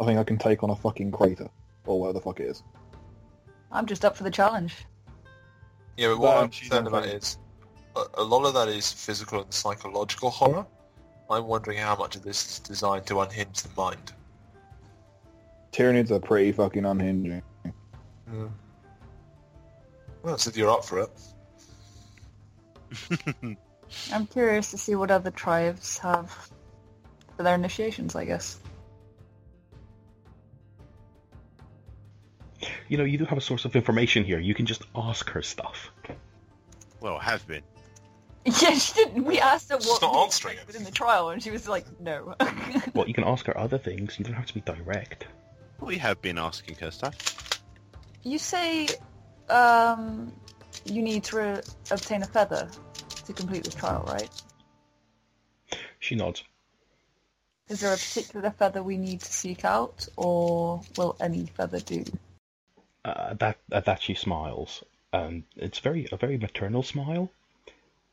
I think I can take on a fucking crater, or whatever the fuck it is. I'm just up for the challenge. Yeah, but what That I'm she's concerned about unfriendly. is a, a lot of that is physical and psychological horror. I'm wondering how much of this is designed to unhinge the mind. Tyrannids are pretty fucking unhinging. Well, that's if you're up for it. I'm curious to see what other tribes have for their initiations, I guess. You know, you do have a source of information here. You can just ask her stuff. Well, have been. Yeah, she didn't. We asked her She's what not we answering expected it. in the trial, and she was like, "No." Well, you can ask her other things. You don't have to be direct. We have been asking her stuff. you say, um, you need to re- obtain a feather to complete this trial, right? She nods. Is there a particular feather we need to seek out, or will any feather do? Uh, that at that she smiles, and it's very a very maternal smile,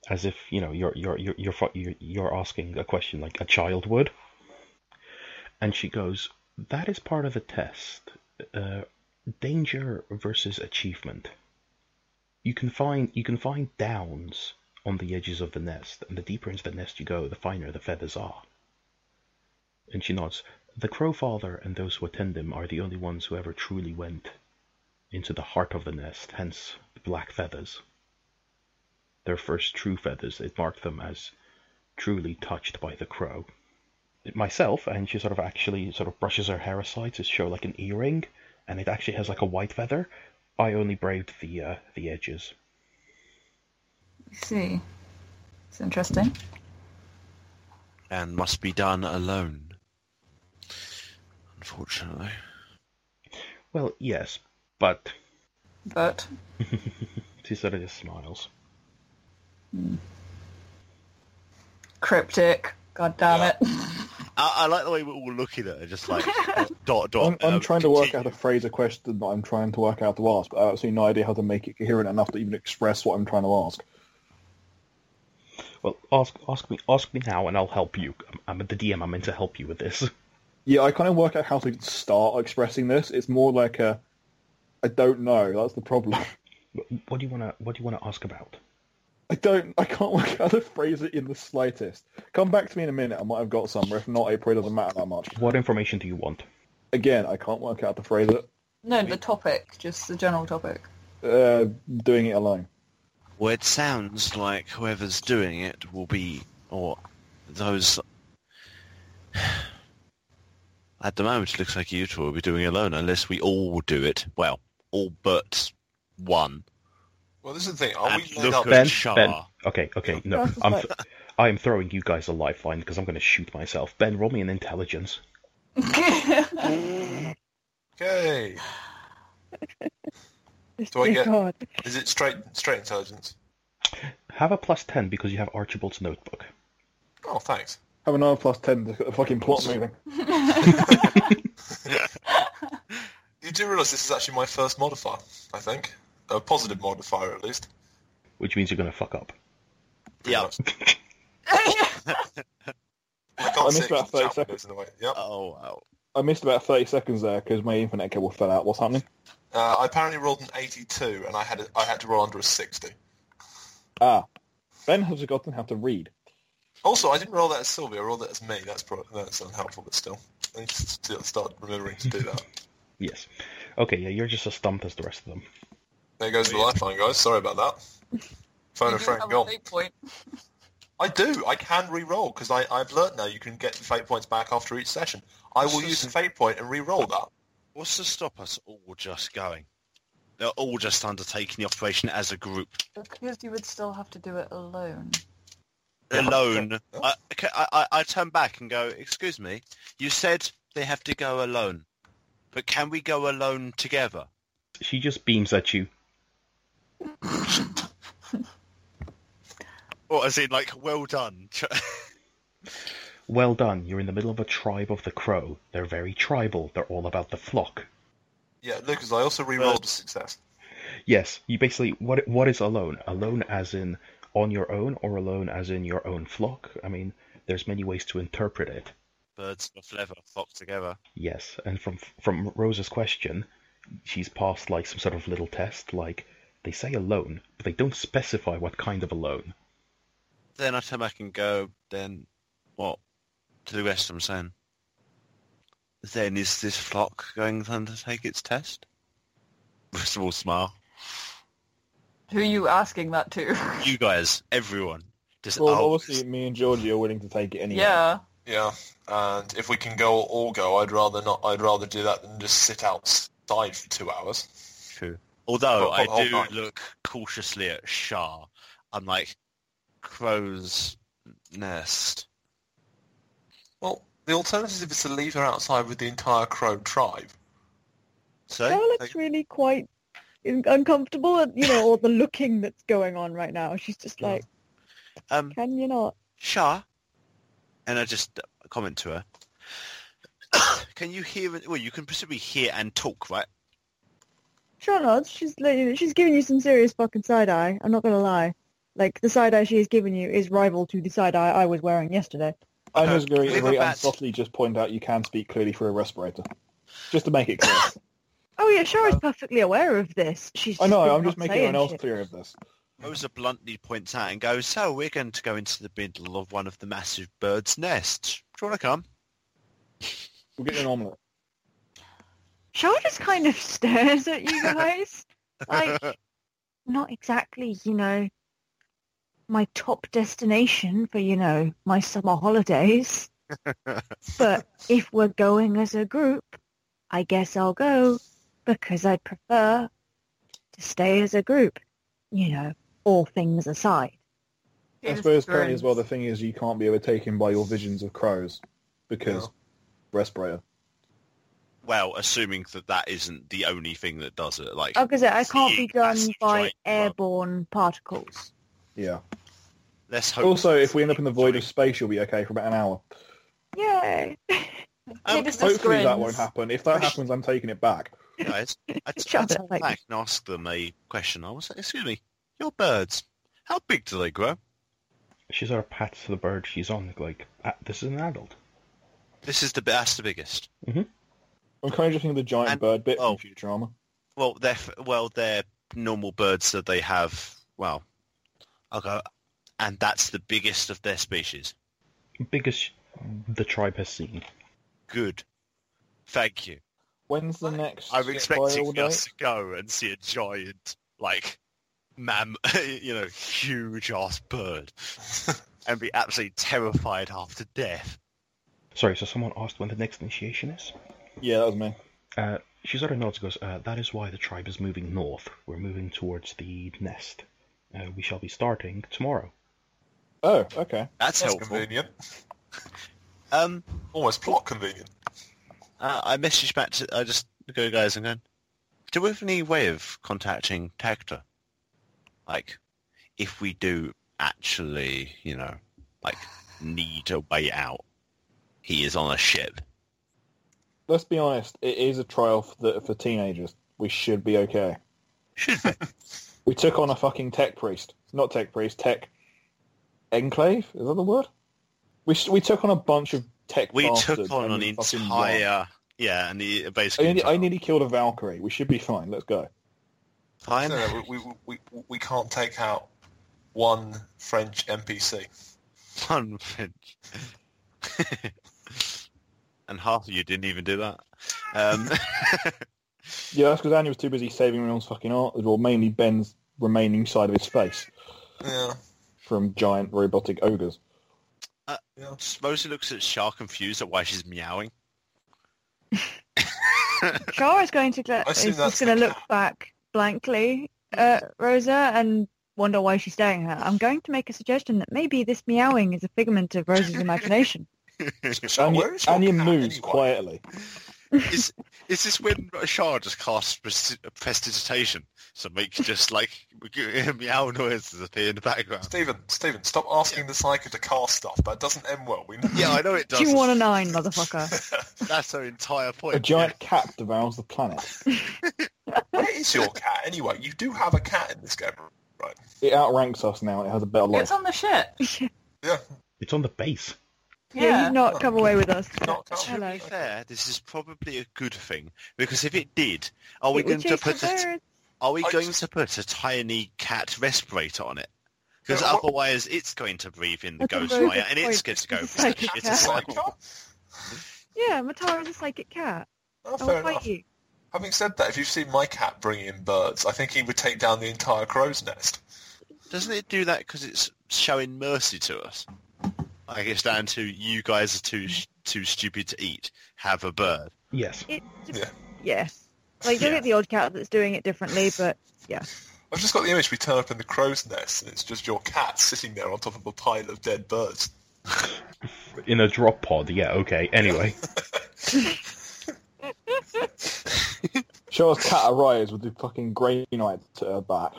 as if you know you're you're you're you're fu- you're, you're asking a question like a child would. And she goes, "That is part of the test: uh, danger versus achievement. You can find you can find downs on the edges of the nest, and the deeper into the nest you go, the finer the feathers are." And she nods. The crowfather and those who attend him are the only ones who ever truly went into the heart of the nest, hence the black feathers. Their first true feathers, it marked them as truly touched by the crow. Myself, and she sort of actually sort of brushes her hair aside to show like an earring, and it actually has like a white feather. I only braved the uh, the edges. You see, it's interesting. And must be done alone. Unfortunately. Well, yes, but But she sort of just smiles. cryptic. God damn it. I, I like the way we're all looking at her, just like dot dot. I'm, I'm um, trying to work out continue. a phrase, a question that I'm trying to work out to ask, but I have absolutely no idea how to make it coherent enough to even express what I'm trying to ask. Well, ask ask me ask me now, and I'll help you. I'm, I'm the DM. I'm meant to help you with this. Yeah, I kind of work out how to start expressing this. It's more like a, I don't know. That's the problem. What- What do you wanna What do you wanna ask about? I don't. I can't work out how to phrase it in the slightest. Come back to me in a minute. I might have got some. or If not, it probably doesn't matter that much. What information do you want? Again, I can't work out how to phrase it. No, the topic, just the general topic. Uh, doing it alone. Well, it sounds like whoever's doing it will be, or those. At the moment, it looks like you two will be doing it alone, unless we all do it. Well, all but one. Well, this is the thing. Are we And made look up? at- Ben, Shah. Ben. Okay, okay, no, That's I'm like- th- I am throwing you guys a lifeline because I'm going to shoot myself. Ben, roll me an intelligence. Okay. Do I Dear get- God. Is it straight straight intelligence? Have a plus ten because you have Archibald's notebook. Oh, thanks. Have another plus ten. to get The fucking plot moving. You do realise this is actually my first modifier, I think. A positive modifier, at least. which means you're going to fuck up. Pretty Yeah. much. I can't I see missed it 'cause about 30 the seconds. chat window's in the way. Yep. Oh wow! I missed about thirty seconds there because my internet cable fell out. What's happening? Uh, I apparently rolled an 82, and I had a, I had to roll under a 60. Ah, Ben has forgotten how to read. Also, I didn't roll that as Sylvia. I rolled that as me. That's pro- that's unhelpful, but still, I need to still start remembering to do that. Yes. Okay, yeah, you're just as stumped as the rest of them. There goes the lifeline, guys. Sorry about that. Phone a friend, gone. point. I do. I can re-roll because I've learnt now you can get the fate points back after each session. I will use the fate point and re-roll that. What's to stop us all just going? They're all just undertaking the operation as a group, Because you would still have to do it alone. alone. I, okay, I, I, I turn back and go, "Excuse me, you said they have to go alone, but can we go alone together?" She just beams at you. Or as in, like, well done. Well done, you're in the middle of a tribe of the crow. They're very tribal, they're all about the flock. Yeah, Lucas. I also re-rolled a success. Yes, you basically, what what is alone? Alone as in on your own, or alone as in your own flock? I mean, there's many ways to interpret it. Birds of a feather flock together. Yes, and from from Rose's question, she's passed like some sort of little test, like they say alone, but they don't specify what kind of alone. Then I turn back and go, then what? To the rest of them saying, then is this flock going to undertake its test? First of all, smile. Who are you asking that to? You guys, everyone. Just, Well, oh, obviously, me and Georgie are willing to take it anyway. yeah. Yeah, and if we can go all go, I'd rather not. I'd rather do that than just sit outside for two hours. True. Although Hold- I hold- do hold on. look cautiously at Shah. I'm like, crow's nest. Well, the alternative is to leave her outside with the entire Crow tribe. That So, looks really quite in- uncomfortable at you know all the looking that's going on right now. She's just like, um, can you not? Shah, and I just comment to her. can you hear? Well, you can presumably hear and talk, right? Sure not. She's like, she's giving you some serious fucking side eye. I'm not gonna lie. Like the side eye she is giving you is rival to the side eye I was wearing yesterday. I'm just very, Leave very a bat. unsoftly just point out you can speak clearly through a respirator, just to make it clear. Oh yeah, Shah is perfectly aware of this. She's. Uh, I know. been I'm not just making saying everyone else shit. clear of this. Rosa bluntly points out and goes, "So we're going to go into the middle of one of the massive birds' nests. Do you want to come?" We're getting an omelette. Shah just kind of stares at you guys. like, not exactly, you know, my top destination for, you know, my summer holidays. but if we're going as a group, I guess I'll go because I'd prefer to stay as a group, you know, all things aside. I suppose currently as well the thing is you can't be overtaken by your visions of crows because respirator. well, assuming that that isn't the only thing that does it. Like, Like I said, I can't be seeing done asteroid by clump. airborne particles. Yeah. Let's hope. Also, if we end up in the void of space, you'll be okay for about an hour. Yay! Um, Davis just Hopefully that grins. won't happen. If that happens, I'm taking it back. guys, I t- I Shut took up, like- back and asked them a question. I was like, excuse me, your birds, how big do they grow? She sort of pats the bird she's on, like, "Ah, this is an adult. This is the that's the biggest. I'm kind of just thinking of the giant And- bird bit oh. from Futurama. Well, they're f- well, they're normal birds that they have. Well, I'll go, and that's the biggest of their species. Biggest the tribe has seen. Good, thank you. When's the next I'm trial expecting date? us to go and see a giant, like, mam, you know, huge ass bird, and be absolutely terrified after death. Sorry, so someone asked when the next initiation is? Yeah, that was me. Uh, she sort of nods and goes, uh, That is why the tribe is moving north. We're moving towards the nest. Uh, we shall be starting tomorrow. Oh, okay. That's That's, helpful. convenient. Um, Almost plot convenient. uh, I messaged back to, I just go, guys, I'm going, do we have any way of contacting Tagta? Like, if we do actually, you know, like, need a way out, he is on a ship. Let's be honest. It is a trial for, the, for teenagers. We should be okay. Should be. We took on a fucking tech priest. Not tech priest, tech enclave. Is that the word? We s- we took on a bunch of tech. We bastards took on and an we fucking won. entire, yeah, and he I basically, nearly, I nearly killed a Valkyrie. We should be fine. Let's go. Fine. No, uh, no, we, we, we, we can't take out one French NPC. One French. and half of you didn't even do that. Um, Yeah, that's because Andy was too busy saving everyone's fucking art, well, mainly Ben's remaining side of his face Yeah. from giant robotic ogres. Mostly looks at Shah confused at why she's meowing. Shara is going to gla- I is assume that's just going the to look back blankly at Rosa and wonder why she's staring at her. I'm going to make a suggestion that maybe this meowing is a figment of Rosa's imagination. Sure, Anya, where is your Anya cat moves anyway? quietly. is is this when Shah just casts pres- prestidigitation? So makes just like meow noises appear in the background. Stephen, Stephen, stop asking the psycho to cast stuff. That doesn't end well. We know. Yeah, I know it does. Two one a nine, motherfucker. That's her entire point. A giant cat devours the planet. Where is your cat anyway? You do have a cat in this game, right? It outranks us now and it has a better life. It's on the ship. Yeah. It's on the base. yeah, you've not come away with us. Not come. To Hello. be fair, this is probably a good thing because if it did, are we It would going to chase the put a, birds. are we I going just- to put a tiny cat respirator on it? Because Yeah, what- otherwise, it's going to breathe in the That's a ghost very wire, good and it's going point. to go. It's like a It's cat. a cycle. Psycho? Yeah, Matara is a psychic cat. Oh, I fair will enough. fight you. Having said that, if you've seen my cat bring in birds, I think he would take down the entire crow's nest. Doesn't it do that because it's showing mercy to us? Like it's down to you guys are too too stupid to eat. Have a bird. Yes. It, Yeah. Yes. Like, you'll Yeah. get the odd cat that's doing it differently, but I've just got the image we turn up in the crow's nest and it's just your cat sitting there on top of a pile of dead birds. In a drop pod, yeah, okay. Anyway. Charles cat arrives with the fucking grey knight at her back.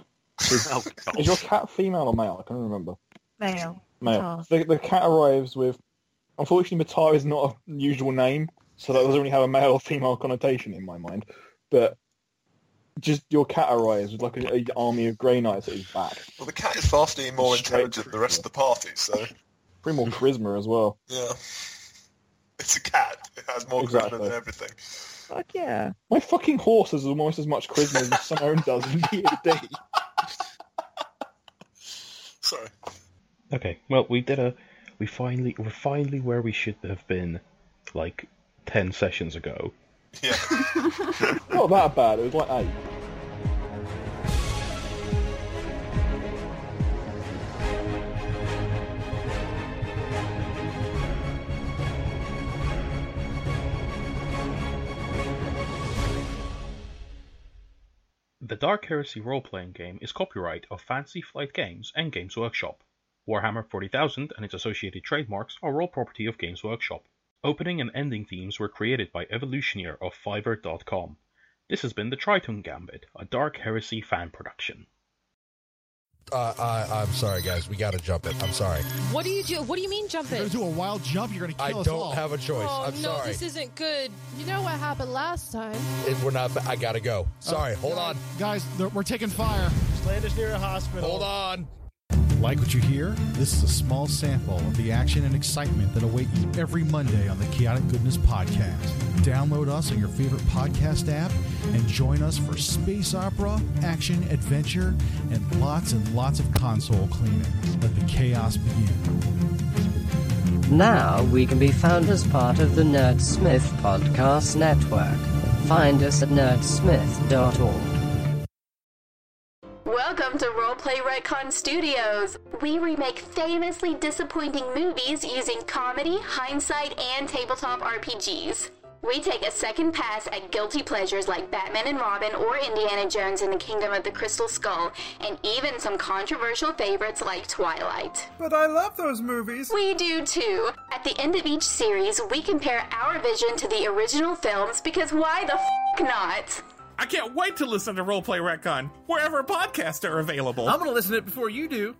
Oh, God. Is your cat female or male? I can't remember. male. Male. Matar. The, the cat arrives with... Unfortunately, Matar is not a usual name, so that doesn't really have a male or female connotation in my mind. But just your cat arrives with like an army of grey knights at his back. Well, the cat is vastly more Straight intelligent than the rest of the party, so Pretty more charisma as well. yeah. It's a cat. It has more charisma Exactly. than everything. Fuck yeah. My fucking horse has almost as much charisma as Simone does in D&D. Sorry. Okay, well, we did a. We finally. We're finally where we should have been, like, 10 sessions ago. Yeah. Not that bad. It was like eight. The Dark Heresy role playing game is copyright of Fancy Flight Games and Games Workshop. Warhammer 40,000 and its associated trademarks are all property of Games Workshop. Opening and ending themes were created by Evolutioneer of Fiverr.com. This has been The Triton Gambit, a Dark Heresy fan production. Uh, I, I'm sorry, guys. We got to jump it. I'm sorry. What do you do? What do you mean jump You're it? gonna do a wild jump. You're gonna I kill us all. don't have a choice. Oh I'm no, sorry. this isn't good. You know what happened last time? It- we're not. I gotta go. Sorry. hold on. guys. th- We're taking fire. Land is near a hospital. Hold on. Oh. Like what you hear? This is a small sample of the action and excitement that await you every Monday on the Chaotic Goodness Podcast. Download us on your favorite podcast app and join us for space opera, action, adventure, and lots and lots of console cleaning. Let the chaos begin. Now we can be found as part of the Nerdsmith Podcast Network. Find us at nerdsmith.org. Welcome to Roleplay Retcon Studios. We remake famously disappointing movies using comedy, hindsight, and tabletop RPGs. We take a second pass at guilty pleasures like Batman and Robin or Indiana Jones and the Kingdom of the Crystal Skull, and even some controversial favorites like Twilight. But I love those movies. We do too. At the end of each series, we compare our vision to the original films because why the f not? I can't wait to listen to Roleplay Retcon, wherever podcasts are available. gonna listen to it before you do.